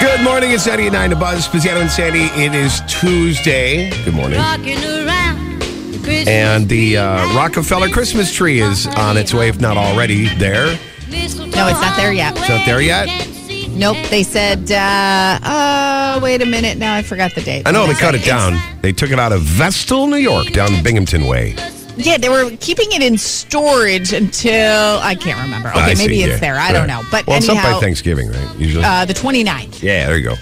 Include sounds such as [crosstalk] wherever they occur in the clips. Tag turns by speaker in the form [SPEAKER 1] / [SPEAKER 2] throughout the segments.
[SPEAKER 1] Good morning. It's Sandy at 9 to Buzz. Pizzetto and Sandy. It is Tuesday. Good morning.
[SPEAKER 2] Rocking around the Christmas
[SPEAKER 1] And
[SPEAKER 2] tree
[SPEAKER 1] the uh,
[SPEAKER 2] at
[SPEAKER 1] Rockefeller Christmas tree is on its way, if not already there.
[SPEAKER 2] Mistletoe
[SPEAKER 3] No, it's not there yet.
[SPEAKER 1] It's not there yet?
[SPEAKER 3] Nope, they said, uh, oh, wait a minute. Now I forgot the date.
[SPEAKER 1] I know they
[SPEAKER 3] It's-
[SPEAKER 1] cut it down. They took it out of Vestal, New York, down Binghamton Way.
[SPEAKER 3] Yeah, they were keeping it in storage until I can't remember. Okay,
[SPEAKER 1] I
[SPEAKER 3] maybe
[SPEAKER 1] see,
[SPEAKER 3] it's
[SPEAKER 1] yeah.
[SPEAKER 3] there. I
[SPEAKER 1] Right.
[SPEAKER 3] don't know. But
[SPEAKER 1] well, it's up by
[SPEAKER 3] anyhow,
[SPEAKER 1] Thanksgiving, right? Usually.
[SPEAKER 3] uh, the 29th,
[SPEAKER 1] yeah, there you go.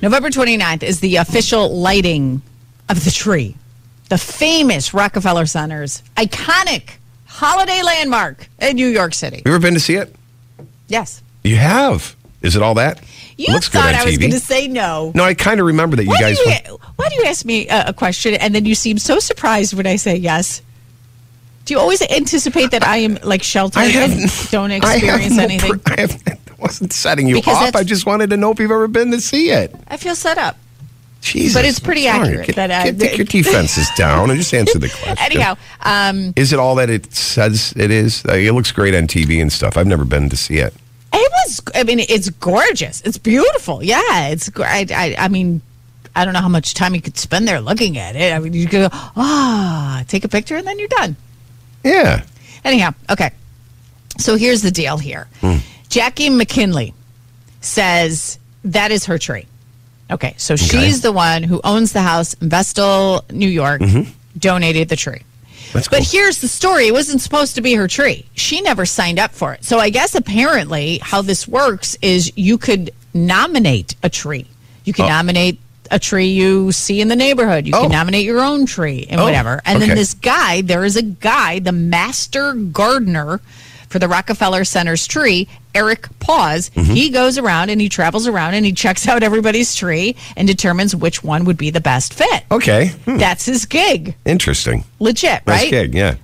[SPEAKER 3] November 29th is the official lighting of the tree. The famous Rockefeller Center's iconic holiday landmark in New York City.
[SPEAKER 1] You ever been to see it?
[SPEAKER 3] Yes.
[SPEAKER 1] You have. Is it all that?
[SPEAKER 3] You
[SPEAKER 1] Looks
[SPEAKER 3] thought
[SPEAKER 1] good on
[SPEAKER 3] I was
[SPEAKER 1] TV.
[SPEAKER 3] going to say no.
[SPEAKER 1] No, I kind of remember that you
[SPEAKER 3] Why
[SPEAKER 1] guys.
[SPEAKER 3] do you,
[SPEAKER 1] went-
[SPEAKER 3] why do you ask me a, a question and then you seem so surprised when I say yes? Do you always anticipate that I am like sheltered
[SPEAKER 1] I have
[SPEAKER 3] and [laughs] don't
[SPEAKER 1] I have
[SPEAKER 3] experience
[SPEAKER 1] no
[SPEAKER 3] anything?
[SPEAKER 1] pr- [laughs] I, have, I wasn't setting you
[SPEAKER 3] Because
[SPEAKER 1] up.
[SPEAKER 3] that's-
[SPEAKER 1] I just wanted to know if you've ever been to see it.
[SPEAKER 3] I feel set up.
[SPEAKER 1] Jesus,
[SPEAKER 3] But it's pretty
[SPEAKER 1] what's wrong?
[SPEAKER 3] accurate
[SPEAKER 1] Get,
[SPEAKER 3] that I-
[SPEAKER 1] get- take your
[SPEAKER 3] [laughs]
[SPEAKER 1] defenses down and just answer the question.
[SPEAKER 3] [laughs] Anyhow, um,
[SPEAKER 1] is it all that it says it is? Like, it looks great on TV and stuff. I've never been to see it.
[SPEAKER 3] it was. I mean, it's gorgeous. It's beautiful. Yeah, it's. gr- I, I, I mean, I don't know how much time you could spend there looking at it. I mean, you could go ah, take a picture and then you're done.
[SPEAKER 1] Yeah,
[SPEAKER 3] Anyhow, okay. So here's the deal here.
[SPEAKER 1] Hmm.
[SPEAKER 3] Jackie McKinley says that is her tree. Okay, so she's the one who owns the house in Vestal, New York, donated the tree.
[SPEAKER 1] Mm-hmm. That's
[SPEAKER 3] but
[SPEAKER 1] cool.
[SPEAKER 3] here's the story. It wasn't supposed to be her tree. She never signed up for it. So I guess apparently how this works is you could nominate a tree. You can nominate a tree you see in the neighborhood. You
[SPEAKER 1] Oh.
[SPEAKER 3] can nominate your own tree and
[SPEAKER 1] Oh,
[SPEAKER 3] whatever. And
[SPEAKER 1] okay.
[SPEAKER 3] then this guy, there is a guy, the master gardener for the Rockefeller Center's tree, Eric Paws.
[SPEAKER 1] Mm-hmm.
[SPEAKER 3] He goes around and he travels around and he checks [laughs] out everybody's tree and determines which one would be the best fit.
[SPEAKER 1] okay, Hmm.
[SPEAKER 3] That's his gig.
[SPEAKER 1] interesting.
[SPEAKER 3] Legit,
[SPEAKER 1] Nice
[SPEAKER 3] right?
[SPEAKER 1] gig, yeah.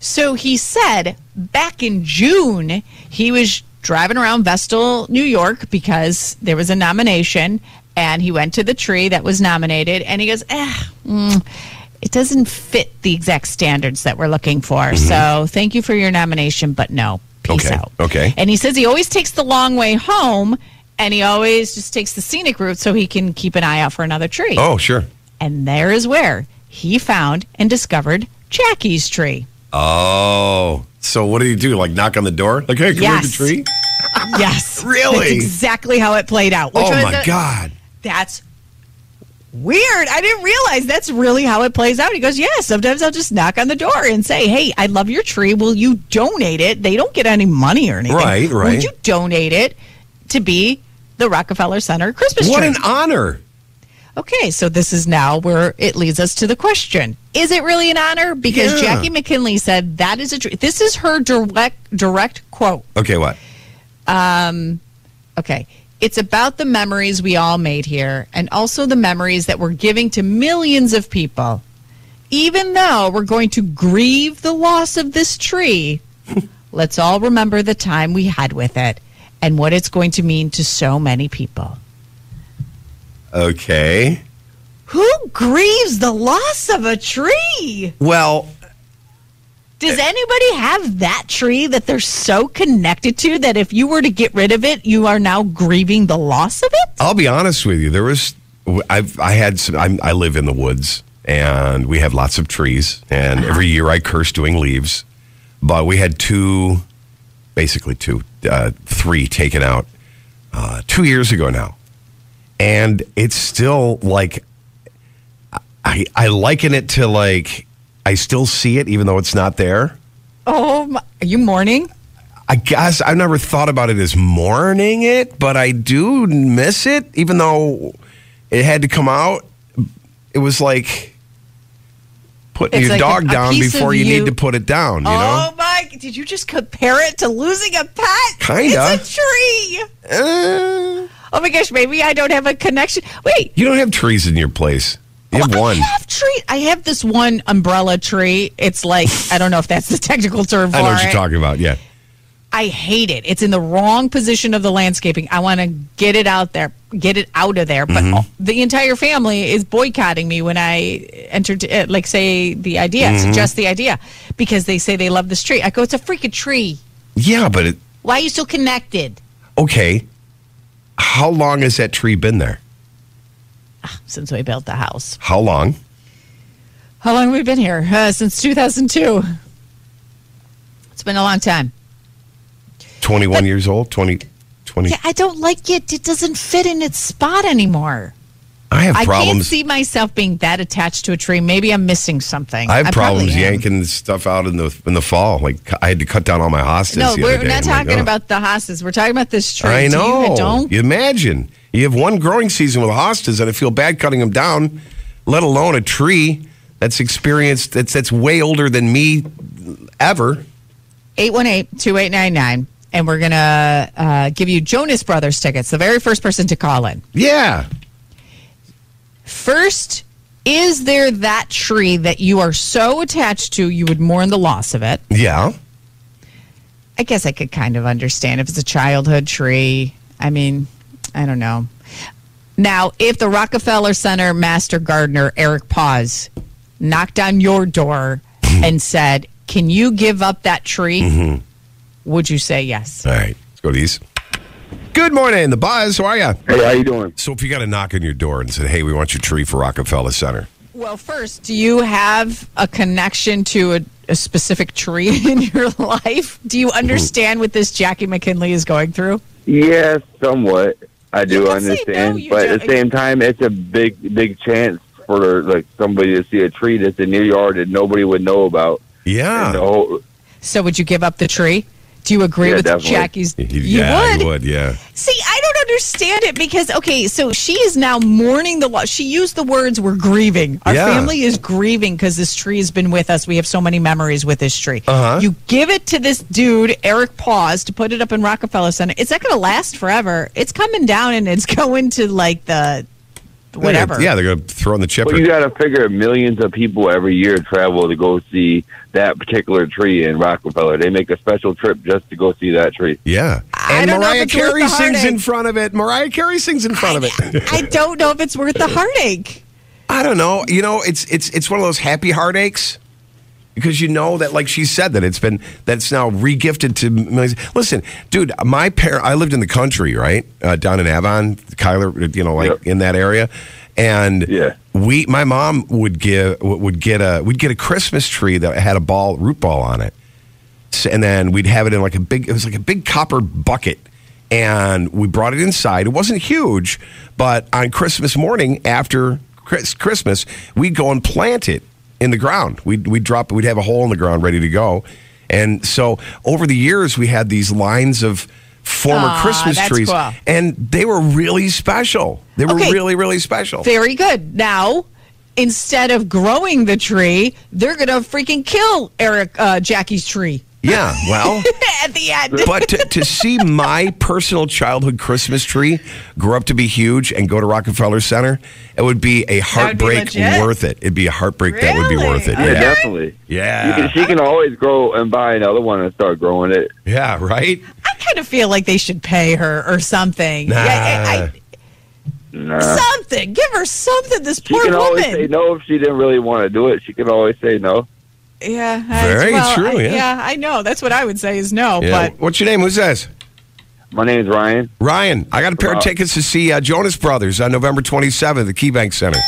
[SPEAKER 3] So he said back in June, he was driving around Vestal, New York, because there was a nomination, and he went to the tree that was nominated, and he goes, eh, mm, it doesn't fit the exact standards that we're looking for. So thank you for your nomination, but no. Peace
[SPEAKER 1] Mm-hmm. Okay,
[SPEAKER 3] out.
[SPEAKER 1] okay.
[SPEAKER 3] And he says he always takes the long way home, and he always just takes the scenic route so he can keep an eye out for another tree.
[SPEAKER 1] Oh, sure.
[SPEAKER 3] And there is where he found and discovered Jackie's tree.
[SPEAKER 1] Oh, so what do you do? Like knock on the door? Like, hey, can we have the
[SPEAKER 3] Yes.
[SPEAKER 1] tree?
[SPEAKER 3] Yes.
[SPEAKER 1] [laughs] Really?
[SPEAKER 3] That's exactly how it played out. which
[SPEAKER 1] Oh
[SPEAKER 3] was
[SPEAKER 1] my
[SPEAKER 3] a-
[SPEAKER 1] God.
[SPEAKER 3] That's weird. I didn't realize that's really how it plays out. He goes, Yeah, sometimes I'll just knock on the door and say, Hey, I love your tree. Will you donate it? They don't get any money or anything.
[SPEAKER 1] Right, right.
[SPEAKER 3] Will you donate it to be the Rockefeller Center Christmas
[SPEAKER 1] What
[SPEAKER 3] tree?
[SPEAKER 1] an honor.
[SPEAKER 3] Okay, so this is now where it leads us to the question: Is it really an honor? Because
[SPEAKER 1] Yeah.
[SPEAKER 3] Jackie McKinley said that is a. tr- This is her direct direct quote.
[SPEAKER 1] Okay, what?
[SPEAKER 3] Okay, it's about the memories we all made here, and also the memories that we're giving to millions of people. Even though we're going to grieve the loss of this tree, [laughs] let's all remember the time we had with it and what it's going to mean to so many people.
[SPEAKER 1] Okay.
[SPEAKER 3] Who grieves the loss of a tree?
[SPEAKER 1] Well,
[SPEAKER 3] Does anybody have that tree that they're so connected to that if you were to get rid of it, you are now grieving the loss of it?
[SPEAKER 1] I'll be honest with you. There was, I've, I had some, I'm, I live in the woods and we have lots of trees. And every year I curse doing leaves. But we had two, basically two, uh, three taken out uh, two years ago now. And it's still like, I, I liken it to like, I still see it even though it's not there.
[SPEAKER 3] Oh, my, are you mourning?
[SPEAKER 1] I guess I've never thought about it as mourning it, but I do miss it, even though it had to come out. It was like putting
[SPEAKER 3] It's
[SPEAKER 1] your
[SPEAKER 3] like
[SPEAKER 1] dog
[SPEAKER 3] a- a
[SPEAKER 1] down
[SPEAKER 3] piece of
[SPEAKER 1] before you, need
[SPEAKER 3] you-
[SPEAKER 1] to put it down, you know?
[SPEAKER 3] Oh my! Did you just compare it to losing a pet?
[SPEAKER 1] Kinda.
[SPEAKER 3] It's a tree.
[SPEAKER 1] Uh,
[SPEAKER 3] Oh my gosh! Maybe I don't have a connection. Wait,
[SPEAKER 1] you don't have trees in your place. You have
[SPEAKER 3] Well,
[SPEAKER 1] one.
[SPEAKER 3] I have tree. I have this one umbrella tree. It's like I don't know if that's the technical term for
[SPEAKER 1] I know what
[SPEAKER 3] it.
[SPEAKER 1] you're talking about, yeah.
[SPEAKER 3] I hate it. It's in the wrong position of the landscaping. I want to get it out there, get it out of there.
[SPEAKER 1] Mm-hmm.
[SPEAKER 3] But the entire family is boycotting me when I entered, uh, like, say the idea,
[SPEAKER 1] Mm-hmm.
[SPEAKER 3] suggest the idea, because they say they love this tree. I go, it's a freaking tree.
[SPEAKER 1] Yeah, but it,
[SPEAKER 3] Why are you so connected?
[SPEAKER 1] okay. How long has that tree been there?
[SPEAKER 3] since we built the house.
[SPEAKER 1] How long?
[SPEAKER 3] How long have we been here? Uh, since 2002. It's been a long time.
[SPEAKER 1] 21 years old? 20, 20
[SPEAKER 3] Yeah, I don't like it. It doesn't fit in its spot anymore.
[SPEAKER 1] I have
[SPEAKER 3] I can't
[SPEAKER 1] problems.
[SPEAKER 3] see myself being that attached to a tree. Maybe I'm missing something.
[SPEAKER 1] I have
[SPEAKER 3] probably
[SPEAKER 1] problems
[SPEAKER 3] am.
[SPEAKER 1] yanking stuff out in the in the fall. Like cu- I had to cut down all my hostas.
[SPEAKER 3] No,
[SPEAKER 1] the
[SPEAKER 3] we're
[SPEAKER 1] other day.
[SPEAKER 3] not
[SPEAKER 1] I'm like,
[SPEAKER 3] talking
[SPEAKER 1] "Oh."
[SPEAKER 3] about the hostas. We're talking about this tree.
[SPEAKER 1] I
[SPEAKER 3] Do you
[SPEAKER 1] know.
[SPEAKER 3] don't
[SPEAKER 1] You imagine you have one growing season with hostas, and I feel bad cutting them down. Let alone a tree that's experienced that's that's way older than me ever.
[SPEAKER 3] 818-2899 and we're gonna uh, give you jonas brothers tickets the very first person to call in
[SPEAKER 1] Yeah,
[SPEAKER 3] first is there that tree that you are so attached to you would mourn the loss of it
[SPEAKER 1] yeah.
[SPEAKER 3] i guess i could kind of understand if it's a childhood tree i mean i don't know now if the rockefeller center master gardener eric paz knocked on your door and said can you give up that tree would you say yes
[SPEAKER 1] All right, let's go to these. Good morning, the buzz. How are you?
[SPEAKER 4] Hey, how you doing?
[SPEAKER 1] So, if you got a knock on your door and said, "Hey, we want your tree for Rockefeller Center,"
[SPEAKER 3] Well, first, do you have a connection to a, a specific tree [laughs] in your life? Do you understand what this Jackie McKinley is going through?
[SPEAKER 4] Yeah, somewhat. I
[SPEAKER 3] can
[SPEAKER 4] do
[SPEAKER 3] say
[SPEAKER 4] understand,
[SPEAKER 3] no, you
[SPEAKER 4] but at
[SPEAKER 3] don't-
[SPEAKER 4] the same time, it's a big, big chance for like somebody to see a tree that's in your yard that nobody would know about.
[SPEAKER 1] yeah,
[SPEAKER 4] And oh. the whole,
[SPEAKER 3] So, would you give up the tree? Do you agree
[SPEAKER 4] Yeah,
[SPEAKER 3] with
[SPEAKER 4] definitely.
[SPEAKER 3] Jackie's?
[SPEAKER 1] Y- yeah,
[SPEAKER 3] you would.
[SPEAKER 1] you would, yeah.
[SPEAKER 3] See, I don't understand it because okay, so she is now mourning the loss. She used the words "we're grieving." Our
[SPEAKER 1] Yeah.
[SPEAKER 3] family is grieving because this tree has been with us. We have so many memories with this tree.
[SPEAKER 1] Uh-huh.
[SPEAKER 3] You give it to this dude Eric Paws to put it up in Rockefeller Center. It's not going to last forever. It's coming down and it's [laughs] going to like the whatever.
[SPEAKER 1] Yeah, they're going to throw in the chipper.
[SPEAKER 4] well, you got to figure millions of people every year travel to go see that particular tree in Rockefeller. They make a special trip just to go see that tree.
[SPEAKER 1] yeah.
[SPEAKER 3] I
[SPEAKER 1] and
[SPEAKER 3] don't know if
[SPEAKER 1] Mariah
[SPEAKER 3] it's worth
[SPEAKER 1] Carey
[SPEAKER 3] the
[SPEAKER 1] sings in
[SPEAKER 3] heartache.
[SPEAKER 1] front of it. Mariah Carey sings in front of [laughs] it.
[SPEAKER 3] I don't know if it's worth the heartache.
[SPEAKER 1] I don't know. You know, it's it's it's one of those happy heartaches because you know that, like she said, that it's been that's now regifted to millions. Listen, dude, my parent. I lived in the country, right, uh, down in Avon, Kyler, you know, like
[SPEAKER 4] Yep.
[SPEAKER 1] in that area, and
[SPEAKER 4] Yeah.
[SPEAKER 1] we, my mom would give would get a would get a Christmas tree that had a ball root ball on it. S- and then we'd have it in like a big it was like a big copper bucket and we brought it inside it wasn't huge but on christmas morning after Chris, christmas we'd go and plant it in the ground we'd, we'd drop it we'd have a hole in the ground ready to go and so over the years we had these lines of former
[SPEAKER 3] Aw,
[SPEAKER 1] christmas
[SPEAKER 3] that's
[SPEAKER 1] trees
[SPEAKER 3] cool.
[SPEAKER 1] and they were really special they were
[SPEAKER 3] Okay.
[SPEAKER 1] really really special
[SPEAKER 3] Very good. Now, instead of growing the tree, they're going to freaking kill Eric uh, Jackie's tree [laughs]
[SPEAKER 1] yeah well
[SPEAKER 3] at the end.
[SPEAKER 1] but to, to see my personal childhood Christmas tree grow up to be huge and go to Rockefeller Center, it would be a
[SPEAKER 3] would be
[SPEAKER 1] heartbreak
[SPEAKER 3] legit.
[SPEAKER 1] worth it. It'd be a heartbreak that would be
[SPEAKER 3] Really?
[SPEAKER 1] worth it.
[SPEAKER 4] Yeah,
[SPEAKER 1] Yeah.
[SPEAKER 4] definitely. You can,
[SPEAKER 1] Yeah.
[SPEAKER 4] she can always grow and buy another one and start growing it.
[SPEAKER 1] Yeah, right?
[SPEAKER 3] I kind of feel like they should pay her or something.
[SPEAKER 1] Nah.
[SPEAKER 3] Yeah,
[SPEAKER 4] Nah.
[SPEAKER 3] I- I- something. Give her something. This
[SPEAKER 4] she
[SPEAKER 3] poor
[SPEAKER 4] can always say
[SPEAKER 3] woman.
[SPEAKER 4] no if she didn't really want to do it. She can always say no.
[SPEAKER 3] Yeah. I-
[SPEAKER 1] Very
[SPEAKER 3] well,
[SPEAKER 1] true,
[SPEAKER 3] I-
[SPEAKER 1] yeah.
[SPEAKER 3] I know. That's what I would say is no.
[SPEAKER 1] Yeah.
[SPEAKER 3] But
[SPEAKER 1] What's your name? Who's this?
[SPEAKER 4] My name's Ryan.
[SPEAKER 1] Ryan. I got a pair of
[SPEAKER 4] Rob.
[SPEAKER 1] tickets to see uh, Jonas Brothers on November 27th at KeyBank Center.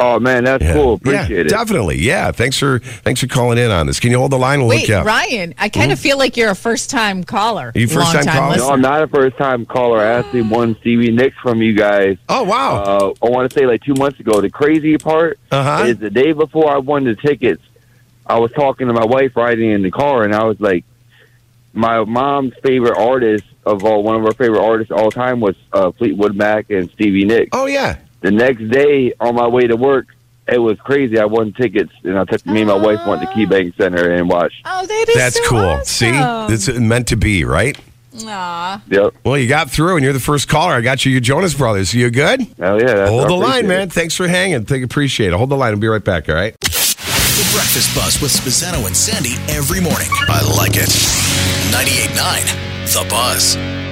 [SPEAKER 4] Oh man, that's
[SPEAKER 1] Yeah.
[SPEAKER 4] cool.
[SPEAKER 1] Yeah,
[SPEAKER 4] Appreciate it.
[SPEAKER 1] Definitely. Yeah. Thanks for thanks for calling in on this. Can you hold the line? We'll
[SPEAKER 3] wait,
[SPEAKER 1] hook you up.
[SPEAKER 3] Ryan, I kind of feel like you're a first time caller.
[SPEAKER 1] Are Hmm? you first-time
[SPEAKER 3] Long-time
[SPEAKER 1] caller?
[SPEAKER 4] No,
[SPEAKER 3] listener.
[SPEAKER 4] I'm not a first time caller. I actually won Stevie Nicks from you guys.
[SPEAKER 1] Oh, wow.
[SPEAKER 4] Uh, I want to say like two months ago. The crazy part
[SPEAKER 1] Uh-huh.
[SPEAKER 4] is the day before I won the tickets, I was talking to my wife riding in the car, and I was like, my mom's favorite artist of all, one of her favorite artists of all time was uh, Fleetwood Mac and Stevie Nicks.
[SPEAKER 1] oh, yeah.
[SPEAKER 4] The next day on my way to work, it was crazy. I won tickets, and I took me and my wife went
[SPEAKER 1] Ah.
[SPEAKER 4] to Key Bank Center and watched.
[SPEAKER 3] Oh, that is
[SPEAKER 1] That's
[SPEAKER 3] so
[SPEAKER 1] cool.
[SPEAKER 3] Awesome.
[SPEAKER 1] See? It's meant to be, right?
[SPEAKER 3] Aw.
[SPEAKER 4] Yep.
[SPEAKER 1] Well, you got through, and you're the first caller. I got you, your Jonas Brothers. You good?
[SPEAKER 4] Oh yeah. that's- I
[SPEAKER 1] Hold the
[SPEAKER 4] appreciate
[SPEAKER 1] line,
[SPEAKER 4] it.
[SPEAKER 1] man. Thanks for hanging. Thank, appreciate it. Hold the line. We'll be right back. All right.
[SPEAKER 5] The Breakfast Buzz with Spazzano and Sandy every morning. I like it. 98.9 The Buzz.